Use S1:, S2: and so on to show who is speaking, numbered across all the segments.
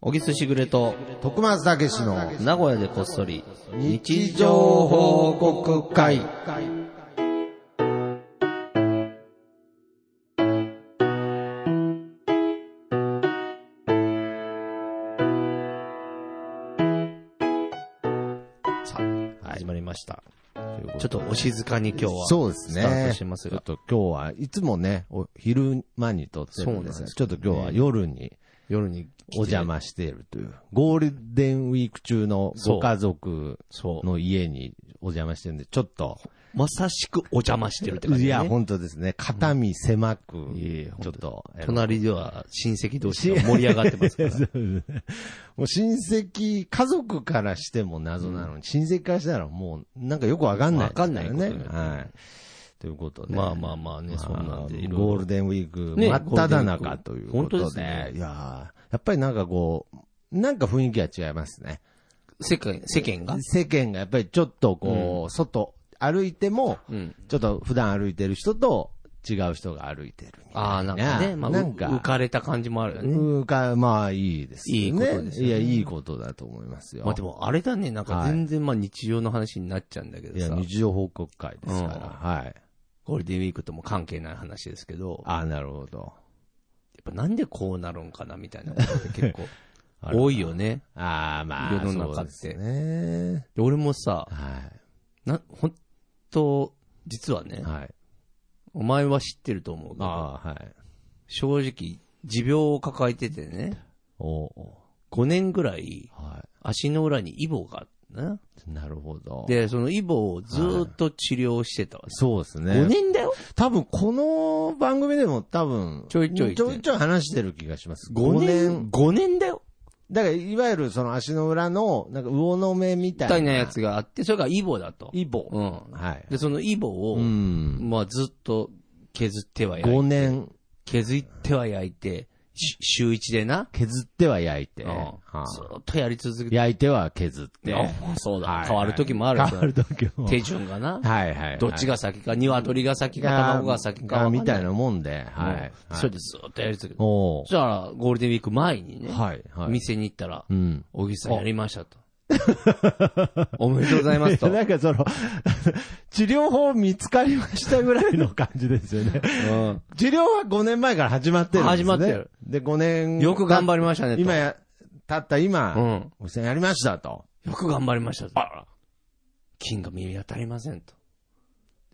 S1: 小木すしぐれと、
S2: 徳松たけしの
S1: 名古屋でこっそり、
S2: 日常報告会。
S1: さあ、始まりました。ちょっとお静かに今日は、
S2: そうです
S1: スター
S2: ね。
S1: トしてます
S2: ちょっ
S1: が、
S2: と今日はいつもね、お昼間に撮ってるんですが、
S1: そ
S2: ちょっと今日は夜に
S1: 夜に
S2: お邪魔しているという、ゴールデンウィーク中のご家族
S1: そう。
S2: の家にお邪魔してるんで、ちょっと、
S1: まさしくお邪魔してるって感じ、
S2: い
S1: ね。
S2: や、本当ですね。肩身狭く
S1: いえいえ、
S2: ちょっと、あの
S1: 隣では親戚同士が盛り上がってますから。
S2: もう親戚、家族からしても謎なのに、親戚からしたらもう、なんかよくわかんない、
S1: わかんないこと
S2: ね。
S1: になってる
S2: はい。ということで。
S1: まあまあまあね、
S2: まあ
S1: そんなんで、いろいろ
S2: ゴールデンウィーク、
S1: ね
S2: 真っ只中というこ
S1: ゴ
S2: とで。
S1: ールデンウィーク本当ですね
S2: いやーやっぱりなんかこう、なんか雰囲気が違いますね。
S1: 世間、世間が
S2: 世間がやっぱりちょっとこう、外、歩いても、
S1: うん。
S2: ちょっと普段歩いてる人と違う人が歩いてるみたい
S1: ああ、なんかね、まあ、う
S2: なんか
S1: 浮かれた感じもあるよね。
S2: うんか、まあいいです
S1: いい
S2: よね。
S1: ことですよね
S2: いや、いいことだと思いますよ。
S1: まあでも、あれだね、なんか
S2: はい
S1: 全然まあ日常の話になっちゃうんだけ
S2: い
S1: ど
S2: や、
S1: さ、
S2: 日常報告会ですから。
S1: うん
S2: はい。
S1: ゴールデンウィークとも関係ない話ですけど、や
S2: ああ、なるほど。
S1: っぱなんでこうなるんかなみたいなことって結 構
S2: あら
S1: 多いよね。
S2: ああ、まあ、
S1: 世の中って
S2: そうですね。
S1: で俺もさ、
S2: は
S1: な、ほんと、実はね
S2: い。、はい。
S1: お前は知ってると思うけど、
S2: ああ、はい。
S1: 正直、持病を抱えててね、
S2: おお
S1: 5年ぐらい
S2: は
S1: 足の裏にイボがあったな。
S2: い。なるほど。
S1: で、そのイボをずーっと治療してたわ。
S2: そうですね。
S1: 5年だよ
S2: 多分、この番組でも多分、
S1: ちょいちょい
S2: ちょいちょい話してる気がします。
S1: ?5 年、5年だよ
S2: だから、いわゆるその足の裏の、なんか魚の目みた
S1: み
S2: いな。
S1: たいなやつがあって、それがイボだと。
S2: イボ。
S1: うん。
S2: はい。
S1: で、そのイボを、
S2: うん。
S1: まあずっと削っては焼
S2: 5
S1: いて、
S2: 年、
S1: 削っては焼いて、し週一でな、
S2: 削っては焼いて。
S1: うん
S2: は
S1: ず
S2: い
S1: ーっとやり続けて、
S2: 焼いては削って。
S1: あそうだ、
S2: はい
S1: 変わる時もある
S2: 変わる時も。
S1: 手順がな、
S2: はいはいはい。
S1: どっちが先か、鶏が先か、卵が先か
S2: あ
S1: 分かんな
S2: みたい
S1: な。
S2: なもんで、
S1: うん
S2: はい。
S1: それでずーっとやり続けて。
S2: お
S1: そしたら、ゴールデンウィーク前にね、
S2: はい、はい。
S1: 店に行ったら
S2: う、ん。
S1: 小木さんやりましたと。 おめでとうござい ますと。
S2: なんかその、治療法見つかりましたぐらいの感じですよね。
S1: うん
S2: 治療は5年前から始まってるんですね。
S1: 始まってる。
S2: で、5年。
S1: よく頑張りましたねと。
S2: 今や、たった今、
S1: うん。
S2: おじさんやりましたと。
S1: よく頑張りましたと。金が見当たりませんと。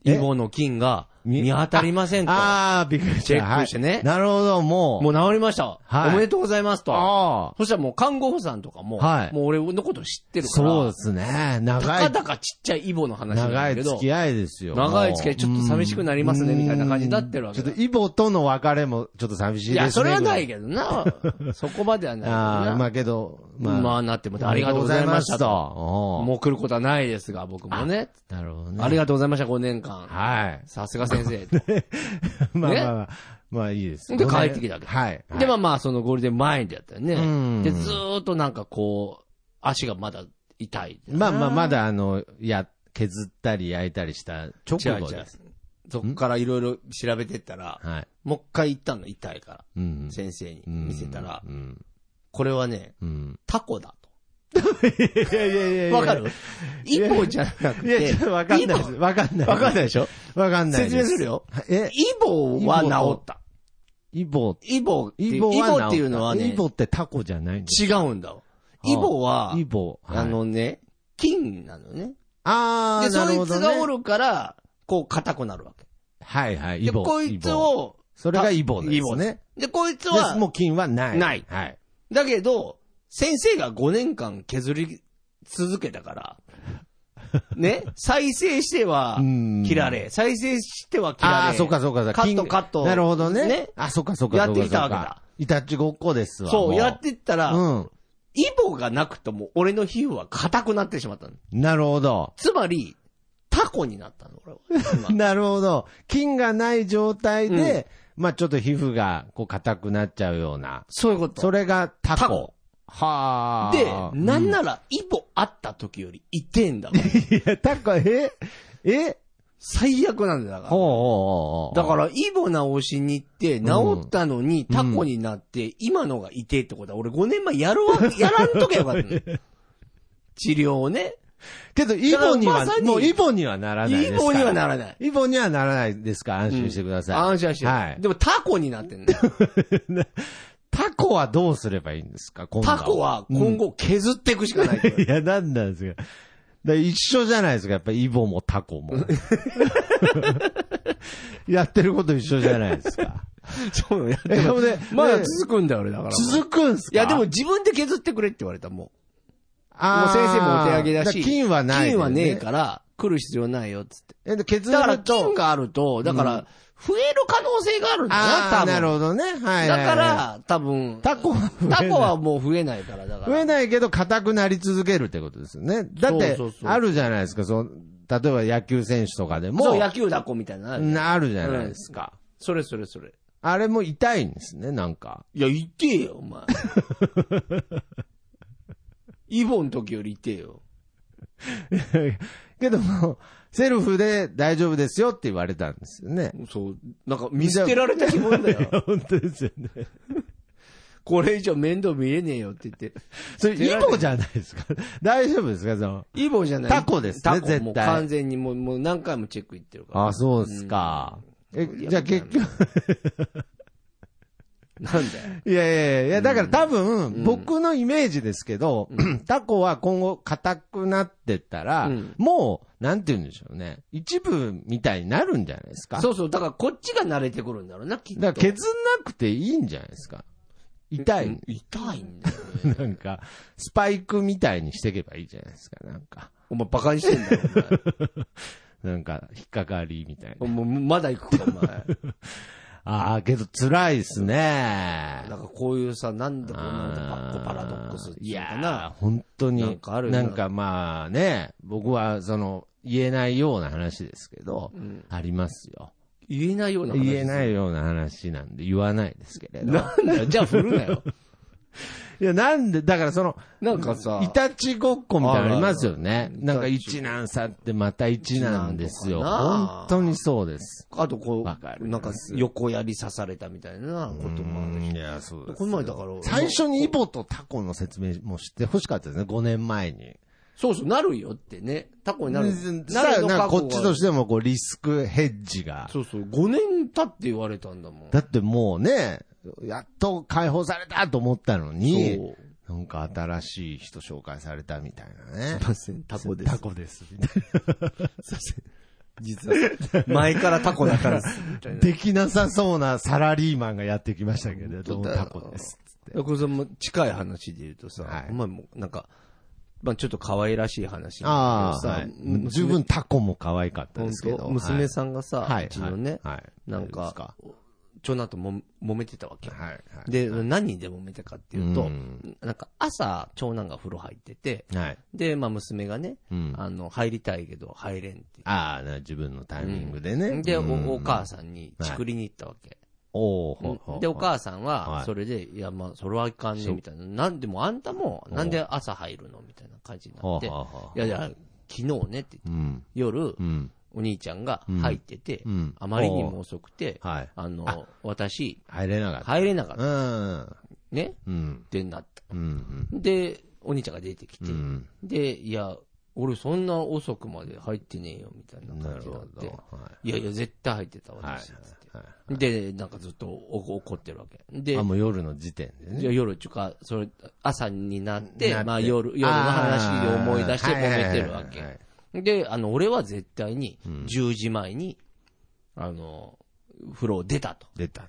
S2: え
S1: イボの金が
S2: み
S1: 見当たりませんと。
S2: あー、びっくりした。
S1: チェックしてね
S2: はいなるほど、もう。
S1: もう治りました。
S2: はい
S1: おめでとうございますと。
S2: ああ。
S1: そしたらもう看護婦さんとかも、
S2: はい
S1: もう俺のこと知ってるから、
S2: そうですね。
S1: た
S2: 長
S1: か
S2: い、
S1: だかちっちゃいイボの話なん
S2: 長
S1: だ
S2: い
S1: け
S2: 付
S1: ど、
S2: き合いですよ。
S1: 長い付き合いちょっと寂しくなりますね
S2: うん
S1: みたいな感じになってるわけ
S2: ち
S1: だ
S2: ょっとイボとの別れもちょっと寂しい
S1: い
S2: ですね。。
S1: や、それはないいけどな。 そこまではないけど
S2: あ
S1: な。
S2: あ、まあけど、
S1: まあ、なってもらってありがとうございました
S2: と。
S1: と。
S2: お
S1: もう来ることはないですが、僕もね。
S2: うなるほどね。
S1: ありがとうございました、5年間。
S2: はい。
S1: さすが先生と。
S2: まあまあまあ、まあいいです。
S1: で帰ってきたわけ
S2: はい。はい
S1: で、まあまあ、そのゴールデン前だったよ
S2: う
S1: ね。
S2: ん
S1: で、ずーっとなんかこう、足がまだ痛い。
S2: まあまあ、まだあの、や、削ったり焼いたりした直
S1: 違う
S2: 後
S1: 違う
S2: です。。
S1: そっからいろいろ調べてったら、
S2: はい。
S1: もう一回行ったの、痛いか
S2: うん
S1: ら。。先生に
S2: うん
S1: 見せたら、
S2: うん。
S1: これはね、
S2: うん。
S1: タコだ
S2: いやいやいやい
S1: と。
S2: や
S1: わかる一本じゃなく
S2: いや、
S1: て
S2: ちょっ、とわかんないです。わかんない。
S1: わかんない
S2: い。
S1: でしょ
S2: わかんないで
S1: 説
S2: す。
S1: 明するよ。
S2: え、
S1: イボは治った。
S2: イボ。
S1: イボっていう、
S2: イ
S1: イ
S2: ボ
S1: ボ
S2: は治た
S1: っていうのは
S2: イ
S1: ね、
S2: ボってタコじゃないんです。
S1: 違うんだわ。イボは、
S2: イボ。はい
S1: あ、のね、菌なのね。
S2: あ
S1: で、
S2: ー、な
S1: そ
S2: る
S1: い
S2: ほど
S1: つ
S2: ね。
S1: がおるから、こう硬くなるわけ。
S2: はいはい、イ
S1: で、
S2: ボ。
S1: こいつ
S2: イボ。
S1: を、
S2: それがイボですね。
S1: イボ
S2: ね。
S1: で、こいつ
S2: で、も
S1: は、
S2: う菌はない。
S1: ない
S2: はい。
S1: だけど、先生が5年間削り続けた から、ね、再生しては
S2: うん、
S1: 切られ、再生しては切られ。
S2: ああー、そうかそうかそう
S1: カ
S2: か。
S1: ット
S2: 菌
S1: カット
S2: なるほどね。
S1: ね
S2: あ、そうかそうかそうか。
S1: やってきたわけだ。
S2: いたちごっこですわ。
S1: そ
S2: も
S1: う、やってったら、
S2: うん。
S1: イボがなくとも俺の皮膚は硬くなってしまったの。
S2: なるほど。
S1: つまり、タコになったの、俺は。今
S2: なるほど。菌がない状態で、まあちょっと皮膚がこう硬くなっちゃうような。
S1: そういうこと。
S2: それがタコ。
S1: タコ
S2: は
S1: で
S2: あ。、
S1: なんなら、イボあった時より痛えんだもん。
S2: いや、タコ、ええ
S1: 最悪なんだよだから。
S2: ほうほうほうほう
S1: だから、イボ直しに行って、治ったのに、
S2: うん
S1: タコになって、今のが痛いってことは、俺5年前やる わ、やらんとけばよかったの。治療をね。
S2: けど、イボに
S1: だから
S2: は
S1: まさ、に
S2: もうイボにはならないです
S1: イ
S2: から。
S1: ボにはならない。
S2: イボにはならないですから、安心してください。
S1: 安心して。
S2: はい。
S1: でもタコになってんね。
S2: タコはどうすればいいんですか今度
S1: タコは今後削っていくしかないと。
S2: いや、なんなんですか。だから一緒じゃないですか、やっぱイボもタコも。 やってること一緒じゃないですか。
S1: そうやっ
S2: え、でもね、
S1: まだ
S2: ね
S1: 続くんだよ、俺だから。く。
S2: 続くんす
S1: い
S2: か
S1: や、でも、自分で削ってくれって言われたもん。も
S2: あ
S1: う
S2: ー
S1: 先生もお手上げだ
S2: から
S1: し。
S2: 菌はない、
S1: 金はねえ。から、来る必要ないよ、つって。
S2: え、で削る
S1: だから、
S2: と
S1: 金があると、だから、増える可能性があるんだな、
S2: あ
S1: 多
S2: あ、
S1: 分。
S2: なるほどね。はいはいはい。
S1: だから、多分。
S2: タコは増えない
S1: タコはもう増えないから、だから。
S2: 増えないけど、硬くなり続けるってことですよね。だって
S1: そうそう、そう
S2: あるじゃないですか、その、例えば野球選手とかでも、
S1: そう、野球だこみたいなのある。
S2: なあるじゃないですか。
S1: それそれそれ。
S2: あれも痛いんですね、なんか。
S1: いや、痛えよ、お前。 イボの時より痛えよ。
S2: けども、セルフで大丈夫ですよって言われたんですよね。
S1: そう、なんか見捨てられた気分だ よ。
S2: 本当ですよね。
S1: これ以上面倒見れねえよって言って。
S2: それ、イボじゃないですか。大丈夫ですか、その。
S1: イボじゃない。
S2: タコですね
S1: タコ
S2: 絶対
S1: もう完全にもう、もう何回もチェック行ってるから。
S2: あ、そうですか。え、じゃあ結局、
S1: なんだよ。
S2: いやいやいやいや、だから多分、僕のイメージですけど、タコは今後硬くなってったら、
S1: うん
S2: もう、なんて言うんでしょうね。一部みたいになるんじゃないですか。
S1: そうそう、だからこっちが慣れてくるんだろうな、きっと。
S2: だから削んなくていいんじゃないですか。痛
S1: うん
S2: い。
S1: 痛いんだよね。
S2: なんか、スパイクみたいにしていけばいいじゃないですか。なんか、
S1: お前バカにしてんだよ、
S2: なんか、引っかかりみたい
S1: お
S2: な。
S1: 前。もうまだ行くか、お前。
S2: ああ、けど辛いですね。
S1: なんかこういうさ、なんでこんなのパッコパラドックスって
S2: い
S1: いうのか
S2: や
S1: な。
S2: ー本当に。
S1: なんかあるよ
S2: な
S1: なん
S2: かまあね、僕はその、言えないような話ですけど、ありますよ。
S1: 言えないような話。。
S2: 言えないいような話なんで言わないですけれど。
S1: なんだよ、 じゃあ振るなよ。
S2: いや、なんで、だからその、
S1: なんかさ、
S2: いたちごっこみたいなのありますよね。
S1: あるある
S2: なんか一難去ってまた一難ですよ。
S1: 一難とかな
S2: 本当にそうです。
S1: あとこ
S2: わか
S1: う、
S2: る
S1: なんか横やり刺されたみたいなこともあるし。
S2: や、そう
S1: この前だから、
S2: 最初にイボとタコの説明もしてほしかったですね、5年前に。
S1: そうそう、なるよってね。タコになる。
S2: さあ、
S1: の
S2: なんかこっちと
S1: て。
S2: してもこうリスクヘッジが。
S1: そうそう、5年経って言われたんだも ん。
S2: だってもうね、やっと解放されたと思ったのに
S1: そ、
S2: なんか新しい人紹介されたみたいなね
S1: すい。ません、タコ です。
S2: タコです。みたい
S1: 実は。前からタコだから です。みたい
S2: な。
S1: な。
S2: できなさそうなサラリーマンがやってきましたけれど
S1: 本
S2: も、
S1: 当だよ
S2: タコです。
S1: だからその近い話で言うとさ、
S2: はい
S1: まあもうなんか、まあちょっと可愛らしい話なん
S2: あ
S1: だけどさ
S2: あ、はい
S1: 娘
S2: 十分タコも可愛かったですけ
S1: 本
S2: ど。
S1: 当娘さんがさ、
S2: はいう
S1: ちのね、
S2: はいはい
S1: なん
S2: どうです
S1: か
S2: か、
S1: 長男とも揉めてたわけ。
S2: はいはい。
S1: で、何で揉めたかっていうと、
S2: うん
S1: なんか朝、長男が風呂入ってて、
S2: はい。
S1: で、まあ娘がね、
S2: うん
S1: あの、入りたいけど入れんって言
S2: ああ、な自分のタイミングでね。
S1: って。で、お
S2: うん
S1: お母さんにチクりに行ったわけ。
S2: おーほうほうほう
S1: で、お母さん
S2: は、
S1: はいそれで、いや、まあ、それはいかんね、みたいな。なんでも、あんたも、なんで朝入るのみたいな感じになっ
S2: ほう
S1: て。い
S2: ほうほう
S1: やいや、昨日ねって言って、
S2: うん。
S1: 夜
S2: う、ん。
S1: お兄ちゃんが入ってて
S2: うんうん、
S1: あまりにも遅くて、
S2: はい。
S1: あの、私、
S2: 入れなかった。
S1: 入れなかった。
S2: うん。
S1: ね
S2: うん。
S1: ってなった。
S2: うん。
S1: で、お兄ちゃんが出てき
S2: う
S1: て、
S2: ん。
S1: で、いや、俺そんな遅くまで入ってねえよ、みたいな
S2: な
S1: 感
S2: る
S1: じにな
S2: ほ
S1: っ
S2: ど。は
S1: て。いやいや、絶対入ってた、私。つって
S2: い。は
S1: で、なんかずっとお怒ってるわけ。
S2: い。
S1: で
S2: あ、、もう夜の時点でね。
S1: じゃあ夜っていうか、それ、朝になって、
S2: なって
S1: まあ夜、夜の話で思い出して
S2: あー
S1: 揉めてるわ
S2: はいはいはい
S1: け。で、あの、俺は絶対に、10時前に、あの、風呂を出たと。
S2: 出たと。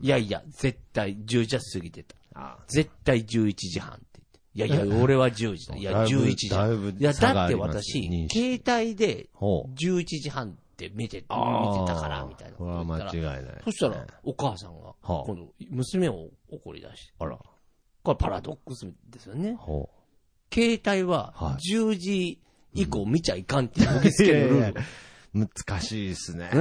S1: いやいや、絶対10時は過ぎてた。
S2: あ
S1: 絶対11時半って言って。いやい や、俺は10時だ。いや、
S2: だいぶ
S1: 11時
S2: だ
S1: だ。
S2: いぶ
S1: いや、
S2: 差が
S1: だ
S2: あ
S1: っ
S2: り
S1: て
S2: ます
S1: 私
S2: 認、識
S1: 携帯で
S2: ほう。
S1: 11時半って見て、見てたから、みたいなこ
S2: ことれ
S1: 言
S2: は
S1: った
S2: 間
S1: ら
S2: 違いないですね。
S1: そしたら、お母さんが、
S2: はあ
S1: 今度、娘を怒り出して。
S2: あら。
S1: これパラドックスですよね。
S2: ほう。
S1: 携帯は
S2: は、
S1: 10時以降見ちゃいかんっていう受け付けのルール。
S2: 難しいですね。
S1: ね。だ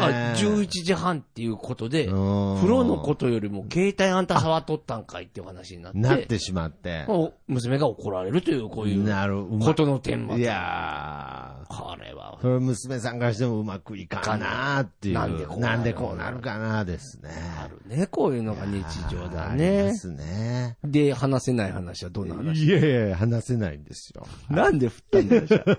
S1: から、11時半っていうことで、
S2: うん
S1: 風呂のことよりも携帯あんた触っとったんかいっていう話になって、
S2: なってしまって。
S1: お娘が怒られるという、こういう
S2: なるほ
S1: ことの顛末。
S2: いやー。
S1: これは、
S2: それ娘さんからしてもうまくいかんなーっていう。
S1: なんでこうなる
S2: なんでこうなるかなーですね。
S1: あるね。こういうのが日常だ
S2: あり
S1: ね
S2: ま。すね。
S1: で、話せない話はどんな話
S2: いやいや、話せないんですよ。
S1: なんで振った んだよじゃあ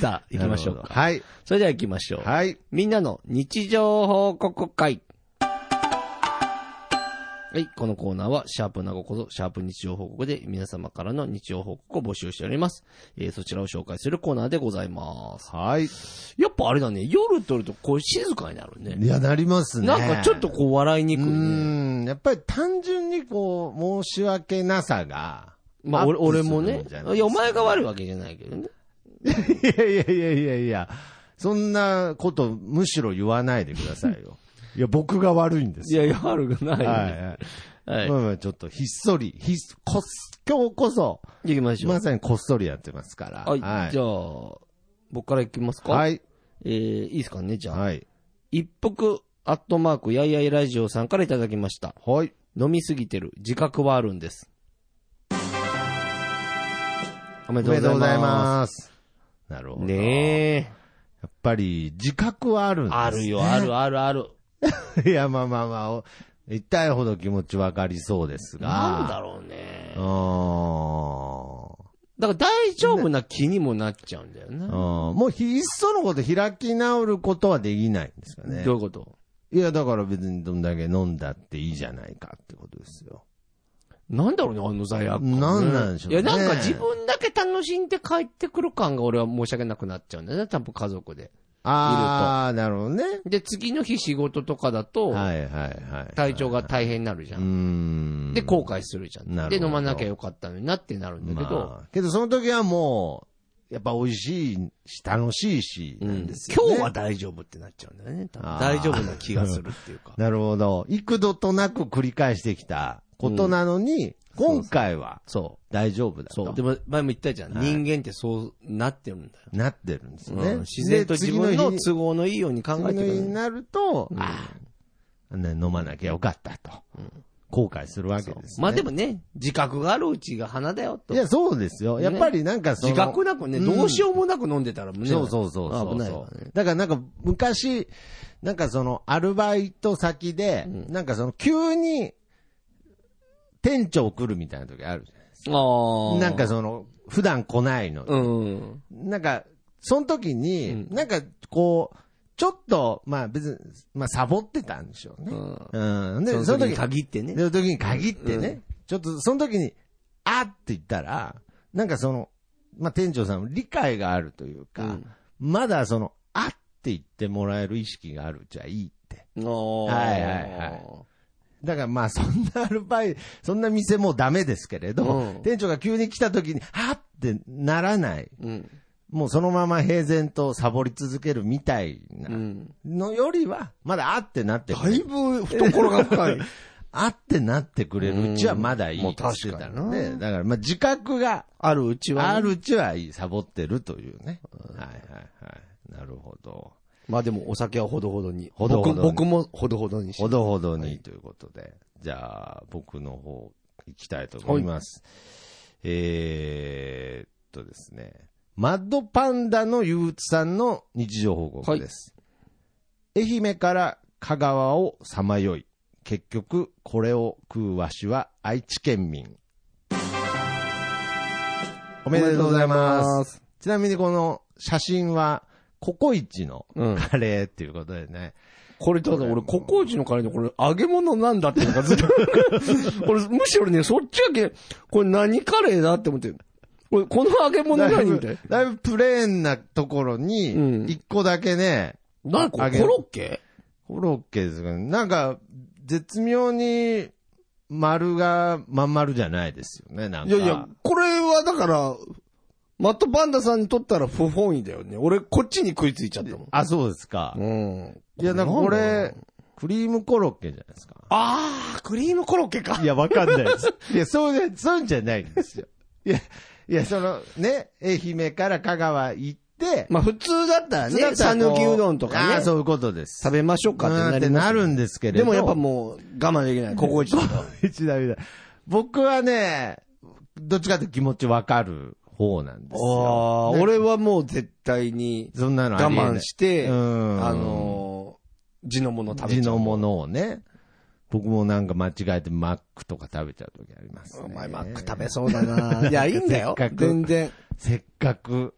S1: さあ、行きましょう
S2: なるほ
S1: か。
S2: どはい。
S1: それでは行きましょう。
S2: はい。
S1: みんなの日常報告会。はい、このコーナーは、シャープなごこぞ、シャープ日常報告で、皆様からの日常報告を募集しております。えー、そちらを紹介するコーナーでございます。
S2: はい。
S1: やっぱあれだね、夜撮るとこう静かになるね。
S2: いや、なりますね。
S1: なんかちょっとこう笑いにく
S2: う
S1: いね。
S2: ん、やっぱり単純にこう、申し訳なさが。
S1: まあ俺俺も
S2: ア
S1: ね
S2: ップするんじゃな。い
S1: いや、お前が悪いわけじゃないけどね。
S2: いやいやいやいやいや、そんなことむしろ言わないでくださいよ。 いや、僕が悪いんです
S1: い
S2: よ。
S1: や、いや悪くないよね。
S2: はい。
S1: はい
S2: ま。あまあちょっとひっそり、ひっ、こっ、今日こそ、
S1: 行きましょう。
S2: まさにこっそりやってますから。
S1: はい。
S2: はい。
S1: じゃあ、僕から行きますか。
S2: はい。
S1: えー、いいですかね、じゃあ。
S2: はい。
S1: 一服、アットマーク、やいやいラジオさんからいただきました。
S2: はい。
S1: 飲みすぎてる。自覚はあるんです。おめ
S2: お
S1: でと
S2: めでと
S1: うご
S2: うご
S1: ざ
S2: ざ
S1: い
S2: い
S1: ま
S2: ます。なるほ
S1: す。
S2: ど。
S1: ね
S2: やっぱり、自覚はあるん
S1: え。
S2: です、
S1: あるよ、あるあるある。
S2: る。 いや、まあまあまあお、痛いほど気持ちわかりそうですが。
S1: なんだろうね。
S2: あー
S1: だから大丈夫な気にもなっちゃうんだよな。
S2: あーもうひ、いっそのこと開き直ることはできないんですかね
S1: ど。ういうこと
S2: いや、だから別にどんだけ飲んだっていいじゃないかってことですよ。
S1: なんだろうね、あの罪悪感、ね。
S2: なんなんでしょうね
S1: いや、なんか自分だけ楽しんで帰ってくる感が俺は申し訳なくなっちゃうんだよね、多分家族で。
S2: ああ、なるほどね。
S1: で、次の日仕事とかだと、
S2: はいはいはい。
S1: 体調が大変になるじゃ
S2: うー
S1: ん。
S2: ん。
S1: で、後悔するじゃん。
S2: な
S1: で、
S2: るほど
S1: 飲まなきゃよかったのになってなるんだけど、
S2: まあけどその時はもう、やっぱ美味しいし、楽しいし、
S1: う
S2: なんん
S1: 今
S2: ですよね、
S1: 日は大丈夫ってなっちゃうんだよね。多分
S2: あー。
S1: 大丈夫な気がするっていうか
S2: なるほど。幾度となく繰り返してきたことなのに、今回は
S1: そ
S2: 大丈夫だ
S1: う。
S2: と。
S1: そう。でも、前も言ったじゃん。
S2: はい
S1: 人間ってそうなってるんだよ。
S2: なってるんですよ
S1: う
S2: ね。
S1: ん自然と
S2: で
S1: 自分の
S2: 次
S1: 都合のいいように考え
S2: 次の
S1: て
S2: 日
S1: く
S2: に
S1: る。
S2: なると、ああ、ね飲まなきゃよかったと。後悔するわけです、ね。
S1: まあでもね、自覚があるうちが花だよと
S2: い。や、そうですよ。やっぱりなんかその、
S1: 自覚なくね、
S2: ん
S1: どうしようもなく飲んでたら胸が
S2: そうそうそうそう
S1: 危ない
S2: そ
S1: わ
S2: う、
S1: ね。
S2: だからなんか昔、なんかそのアルバイト先で、なんかその急に店長来るみたいな時あるじゃないです
S1: あ
S2: か。
S1: あ。
S2: なんか、その普段来ないのに、
S1: うん。
S2: なんかその時に、なんかこう、ちょっと、まあ別に、まあサボってたんでしょうね。うん。で、
S1: そ
S2: そ
S1: の時
S2: の
S1: に
S2: 時、
S1: 限ってね
S2: そ。の時に限ってね、ちょっとその時に、あーって言ったら、なんかその、まあ、店長さんも理解があるというか、
S1: うん
S2: まだその、あって言ってもらえる意識があるじゃいいって。
S1: おー
S2: はいはいはいだからまあそんなアルバイト、そんな店もうダメですけれど、
S1: うん
S2: 店長が急に来た時に、はってならない。
S1: うん。
S2: もうそのまま平然とサボり続けるみたいな
S1: うん。
S2: のよりは、まだあってなってくれる
S1: ぶ懐が深い。
S2: あってなってくれるうちはまだいいとしてた
S1: うんも
S2: の
S1: う確か
S2: で、
S1: に
S2: だからまあ自覚が
S1: あるうちは、ね。
S2: あるうちはいい、サボってるというね。はいはいはい。なるほど。
S1: まあでもお酒はほどほどに。
S2: ほどほどに
S1: 僕僕もほどほどにし
S2: ほどほどにということで。じゃあ、僕の方行きたいと思います。えーっとですね。マッドパンダの憂鬱さんの日常報告です。愛媛から香川をさまよい。結局、これを食うわしは愛知県民。おめでとうございます。
S1: す。
S2: ちなみにこの写真は、ココイチの
S1: うん。
S2: カレーっていうことでね。
S1: これただ俺、ココイチのカレーのこれ揚げ物なんだってなんか ずっと。俺、むしろね、そっちやけ、これ何カレーだって思って。俺、この揚げ物
S2: だい
S1: 何み
S2: ぶ
S1: たい
S2: だいぶプレーンなところ
S1: うん
S2: に、一個だけね、
S1: な。なんかコ
S2: 揚げ
S1: ロッケ
S2: コロッケですかね。なんか、絶妙に、丸が、まん丸じゃないですよね、なん
S1: い
S2: か。
S1: やいや、これはだから、マットパンダさんにとったら不本意だよね。俺、こっちに食いついちゃったもん。
S2: あ、そうですか。
S1: うん。
S2: いや、なんかこれ、クリームコロッケじゃないですか。
S1: あー、クリームコロッケか。
S2: いや、わかんないです。 いや、そうじゃ、そうじゃないんですよ。いや、いや、その、ね、愛媛から香川行っって、
S1: まあ普通だったら
S2: 普通だ
S1: ね、
S2: ったら
S1: 讃
S2: こ
S1: 岐うどんと
S2: あ
S1: か
S2: あ
S1: ね、
S2: そういうことです。
S1: 食べましょうか
S2: うーん
S1: っ
S2: ってて
S1: な
S2: な
S1: る
S2: る
S1: ん
S2: ん
S1: で
S2: ですす
S1: けど。
S2: けれ
S1: で
S2: ど
S1: もやっぱもう我慢できない、ココイチとか。
S2: 一ダメだ。僕はね、どっちかって気持ちわかる方なんですよ。
S1: ああ、俺はもう絶対に
S2: そんなのあ
S1: 我
S2: りえない
S1: 慢して、あ
S2: うん
S1: のー、地のもの食べ
S2: 地
S1: ちゃう。
S2: のものをね。僕もなんか間違えてマックとか食べちゃう時あります、ね。
S1: お前マック食べそう だな。いや、いいんだよ
S2: せっか。く
S1: 全然。
S2: せっかく、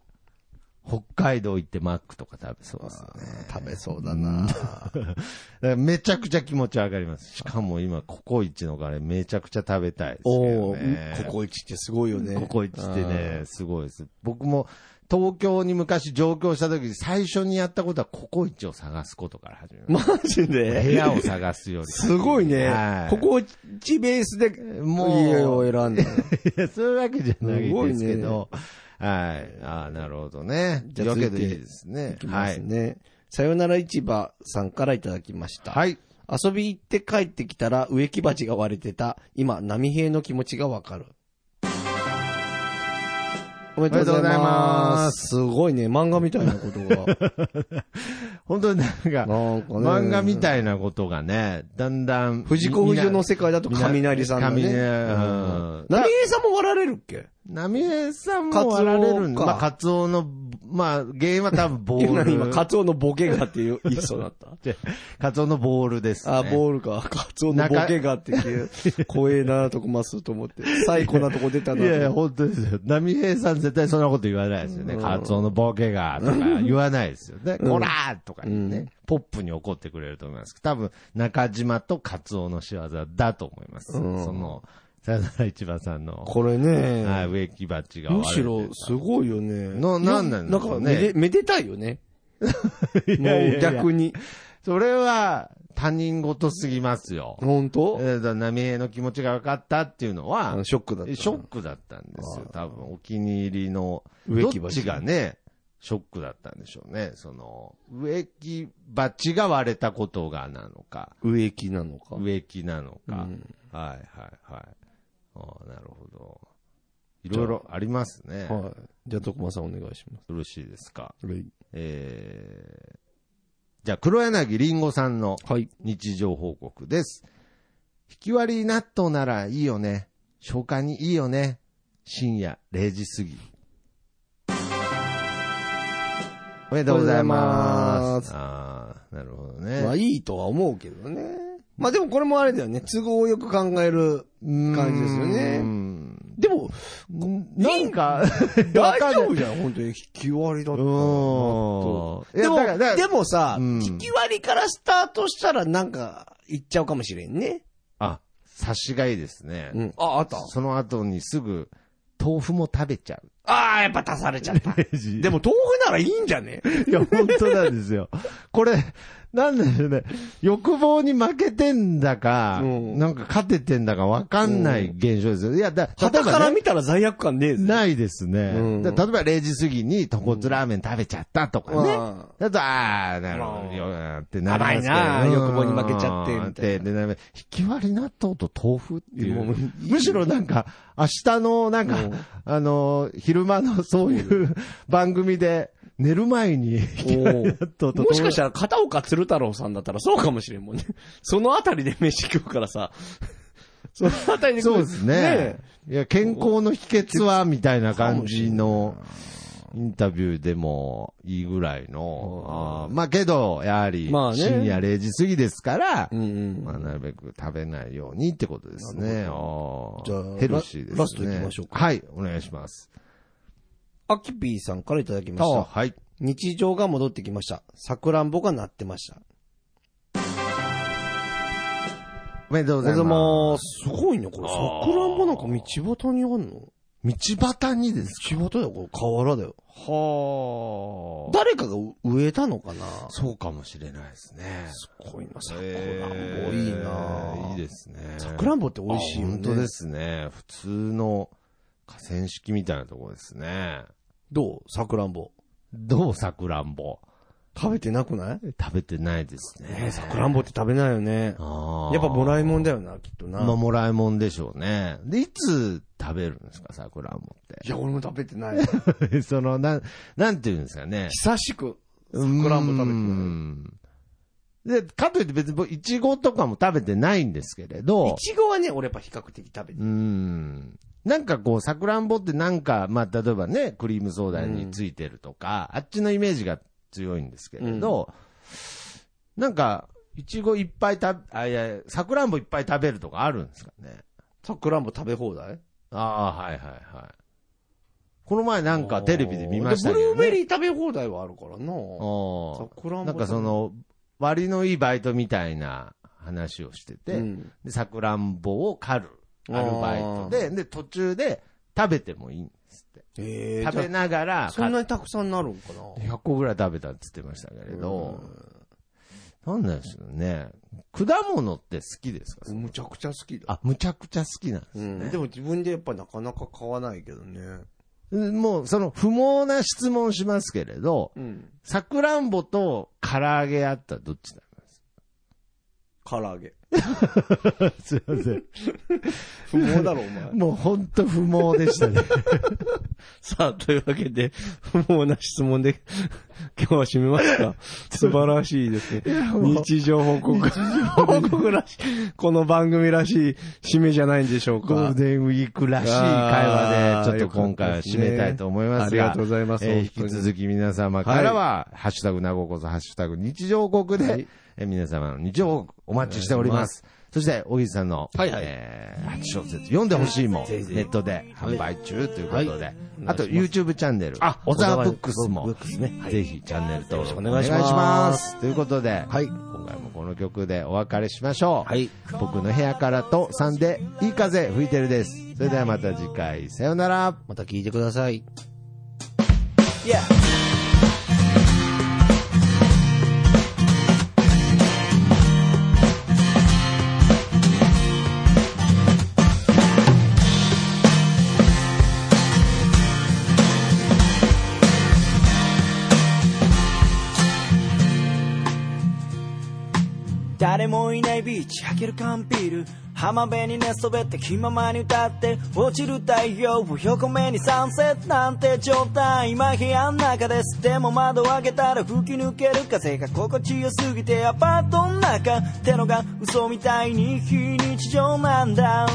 S2: 北海道行ってマックとか食べそうですよね。
S1: 食べそうだな。
S2: だからめちゃくちゃ気持ちわかります。しかも今、ココイチのカレーめちゃくちゃ食べたいですけ
S1: お
S2: ど
S1: お、
S2: ね。
S1: ココイチってすごいよね。
S2: ココイチってね、すごいです。僕も東京に昔上京した時、最初にやったことはココイチを探すことから始め
S1: うん。
S2: まし
S1: マジ
S2: た。
S1: で
S2: 部屋を探すより。
S1: すごいね
S2: は。い
S1: ココイチベースで
S2: もう
S1: 家を選んだ。
S2: いや、そういうわけじゃない
S1: すごい
S2: ですけ
S1: ね
S2: ど。はい。ああ、なるほどね。
S1: じゃあ
S2: というわけ
S1: 続い
S2: で
S1: て
S2: いいですね
S1: い。き
S2: は
S1: ます
S2: い。
S1: ね。さよなら市場さんからいただきました。
S2: はい。
S1: 遊び行って帰ってきたら植木鉢が割れてた。今、波平の気持ちがわかる。おめでとうございます。すごいね、漫画みたいなこと が。
S2: 本当になんか、
S1: なんかね。
S2: 漫画みたいなことがね、だんだん。
S1: 藤子不二雄の世界だと
S2: みな
S1: 雷さんだね。う
S2: 雷うん
S1: ん波平さんも割られるっけ
S2: 波江さん
S1: カツ
S2: も
S1: オ
S2: 割られるん
S1: か
S2: まあ、カツオの、まあ、原因は多分ボ
S1: 今、
S2: ール。
S1: 今、カツオのボケがっていう言いそうだった。
S2: カツオのボールです、ね。
S1: あ、ボールか。カツオのボケがって いう、怖えなとこますと思って。最高なとこ出たなと思
S2: い
S1: っ
S2: や
S1: て
S2: いや、本当ですよ。波平さん絶対そんなこと言わないですよね。カツオのボケが、とか言わないですよね。こらーとか言ってね。ポップに怒ってくれると思いますけど。多分、中島とカツオの仕業だと思います。
S1: うん
S2: その、さよなら市場さんの、
S1: これね。
S2: はい、植木鉢が
S1: む
S2: 割れ
S1: したろ、
S2: て
S1: すごいよね。
S2: ななんな
S1: な
S2: んだ
S1: ん
S2: ろ
S1: か
S2: うね
S1: めで、めでたいよね。
S2: いやいやいや
S1: もう逆に。
S2: それは、他人事すぎますよ。
S1: 本当
S2: えーだ波平の気持ちが分かったっていうのは、
S1: ショックだった。
S2: ショックだったんですよ。多分、お気に入りの、
S1: 植
S2: ど
S1: 木鉢
S2: っちがね、ショックだったんでしょうね。その、植木鉢が割れたことがなのか、
S1: 植木なのか。
S2: 植木なの
S1: う
S2: か。
S1: ん
S2: はいはいはい。ああ、なるほど。いろいろありますね。
S1: はい。じゃあ、徳間さんお願いしま
S2: よろしいですか。
S1: す。はい。
S2: えー、じゃあ、黒柳りんごさんの
S1: はい。
S2: 日常報告です。引き割り納豆ならいいよね。消化にいいよね。深夜0時過ぎ。おめでとうございます。ああ、なるほどね。
S1: まあ、いいとは思うけどね。まあ、でもこれもあれだよね。都合よく考える。感じですよね
S2: ね。
S1: でも、
S2: なん か、
S1: 大丈夫じゃん、本当に。引き割りだっ
S2: う
S1: たら納
S2: ーん。
S1: 豆。
S2: いや
S1: でも
S2: だからだから
S1: でもさ、
S2: うん
S1: 引き割りからスタートしたらなんか、いっちゃうかもしれんね。
S2: あ、察しがいいですね。
S1: うん。あ、あった。
S2: その後にすぐ、豆腐も食べちゃう。
S1: ああ、やっぱ足され ちゃった。でも豆腐ならいいんじゃ ね
S2: いや、本当なんですよ。これ、なんでしょうね。欲望に負けてんだか、
S1: うん
S2: なんか勝ててんだかわかんない現象ですよ。いや、だ、例
S1: 旗
S2: え
S1: か
S2: ば
S1: ら
S2: ね、
S1: 見たら罪悪感ねえぜ。
S2: ないですね。
S1: うん
S2: だ例えば0時過ぎに豚骨ラーメン食べちゃったとかね。
S1: ね。
S2: だと、ああ、なるほど、よってなりますけど
S1: 甘いな
S2: うん
S1: 欲望に負けちゃってみたいな
S2: ってでなる引き割り納豆と豆腐ってい
S1: もう
S2: う。むしろなんか、明日のなんか、
S1: うん
S2: あの、昼間のそういう 番組で、寝る前に引き割り納豆と豆
S1: も
S2: 腐
S1: しかしたら片岡鶴太郎さんだったらそうかもしれん もんね。そのあたりで飯食うからさ。そのあたりで食
S2: そうですね。いや、健康の秘訣は、みたいな感じの、インタビューでもいいぐらいの。あーまあけど、やはり、
S1: まあね
S2: 深夜0時過ぎですから
S1: う、ん
S2: まあなるべく食べないようにってことですね。あ
S1: じゃあ
S2: ーヘルシーですね。
S1: ララスト行きましょうか
S2: はい、お願いします。
S1: アキピーさんからいただきま
S2: あ
S1: した。
S2: はい。
S1: 日常が戻ってきました。桜んぼが鳴ってました。
S2: おめでとう
S1: お
S2: ご
S1: は
S2: ざ
S1: よござい
S2: いうま。
S1: ますす。すごいね、これ。桜んぼなんか道端にあんの
S2: 道端にですか
S1: 道端だよ、これ。河原だよ。
S2: はあ。
S1: 誰かが植えたのかな
S2: そうかもしれないですね。
S1: すごいな、桜んぼ。いい
S2: え
S1: な
S2: ーいいですね。
S1: 桜んぼって美味しいよね。
S2: あ本当で。すね。普通の河川敷みたいなところですね。
S1: どう桜んぼ。
S2: どうさくらんぼ
S1: 食べてなくない
S2: 食べてないです
S1: ねえ、
S2: ね。
S1: さくらんぼって食べないよね。
S2: ああー
S1: やっぱもらいもんだよな、きっとな。
S2: まあ、もらいもんでしょうね。で、いつ食べるんですか、桜あんも
S1: いや、俺も食べてない。
S2: って。 その、なん、なんていうんですかね。
S1: 久しく。桜あんも食べてない
S2: べてで、かといって別に僕、いちごとかも食べてないんですけれ
S1: い
S2: ど、
S1: ちごはね、俺やっぱ比較的食べて
S2: うーん。なんかこう、桜あんぼってなんか、まあ、例えばね、クリームソーダについてるとか、あっちのイメージが強いんですけれど、なんか、いちごいっぱい食べ、あ、いや、桜あんぼいっぱい食べるとかあるんですかね。
S1: 桜あんぼ食べ放題
S2: ああ、はいはいはい。この前なんかテレビで見ましたけ
S1: で
S2: ど、ね。
S1: ブルーベリー食べ放題はあるからな。
S2: あ
S1: 桜あ
S2: あ
S1: んぼ。
S2: なんかそ、の、割のいいバイトみたいな話をしてて、
S1: うん。
S2: で、桜んぼを狩る、
S1: あー
S2: アルバイトで、で、途中で食べてもいいんですって。
S1: え
S2: 食べ
S1: ー、
S2: ながら、
S1: そんなにたくさんなるんかな
S2: 狩る100個ぐらい食べたって言ってましたけれど、なんなんですよね。果物って好きですか
S1: むちゃくちゃ好きだ。
S2: あ、むちゃくちゃ好きなんです
S1: う
S2: ね。
S1: ん。でも自分でやっぱなかなか買わないけどね。
S2: もう、その、不毛な質問しますけれど、
S1: うん。
S2: さくらんぼと唐揚げあったらどっちだ
S1: 唐揚げ。
S2: すいません。
S1: 不毛だろ、お前。
S2: もうほんと不毛でしたね。
S1: さあ、というわけで、不毛な質問で、 今日は締めます か。素晴らしいですね。日常報告。報告らしい。この番組らしい締めじゃないんでしょう
S2: ゴー
S1: か
S2: ル。デンウィークらしい会話で、ちょっと今回は締めたいと思いますが、
S1: ありがとうございます本
S2: えー
S1: 当
S2: 引
S1: に
S2: き続き皆様からは、ハッシュタグなごこそ、ハッシュタグ日常報告で、
S1: はい
S2: えー皆様の日常報告お待ちしております。そして、小木さんの、
S1: はいはい
S2: えー、8小節読んでほしいも、ネ
S1: ぜひぜひ
S2: ットで販売中ということで、あと
S1: お願い
S2: YouTube チャンネル、
S1: あ
S2: 小沢ブックスも、
S1: 小沢ブックスねはい
S2: ぜひチャンネル登録
S1: よろしくお願いします
S2: すということで、
S1: はい
S2: 今回もこの曲でお別れしましょう。
S1: はい
S2: 僕の部屋からと3でいい風吹いてるです。それではまた次回、さようなら。
S1: また聞いてください。
S3: 誰もいないビーチ開ける缶ビール浜辺に寝そべって気ままに歌って落ちる太陽を横目にサンセットなんて状態今部屋の中ですでも窓を開けたら吹き抜ける風が心地よすぎてアパートの中ってのが嘘みたいに非日常なんだ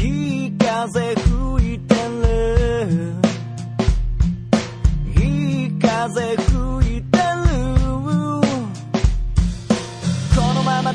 S3: いい風吹いてるいい風吹いてるこのまま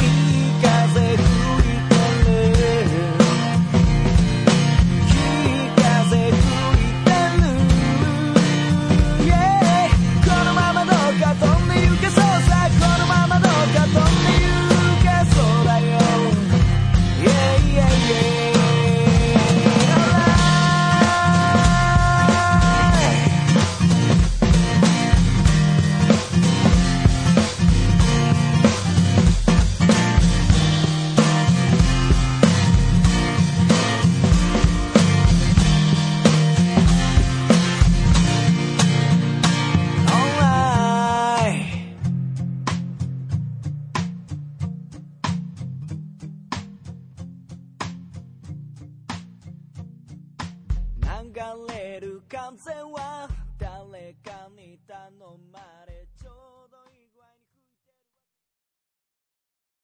S3: いい風吹いてるいい風吹いてる Yeah このままどうか飛んで行けそうさこのままどうか飛んで行けそうだよ Yeah, yeah, yeah. Alright. Alright.流れる風は誰かに頼まれる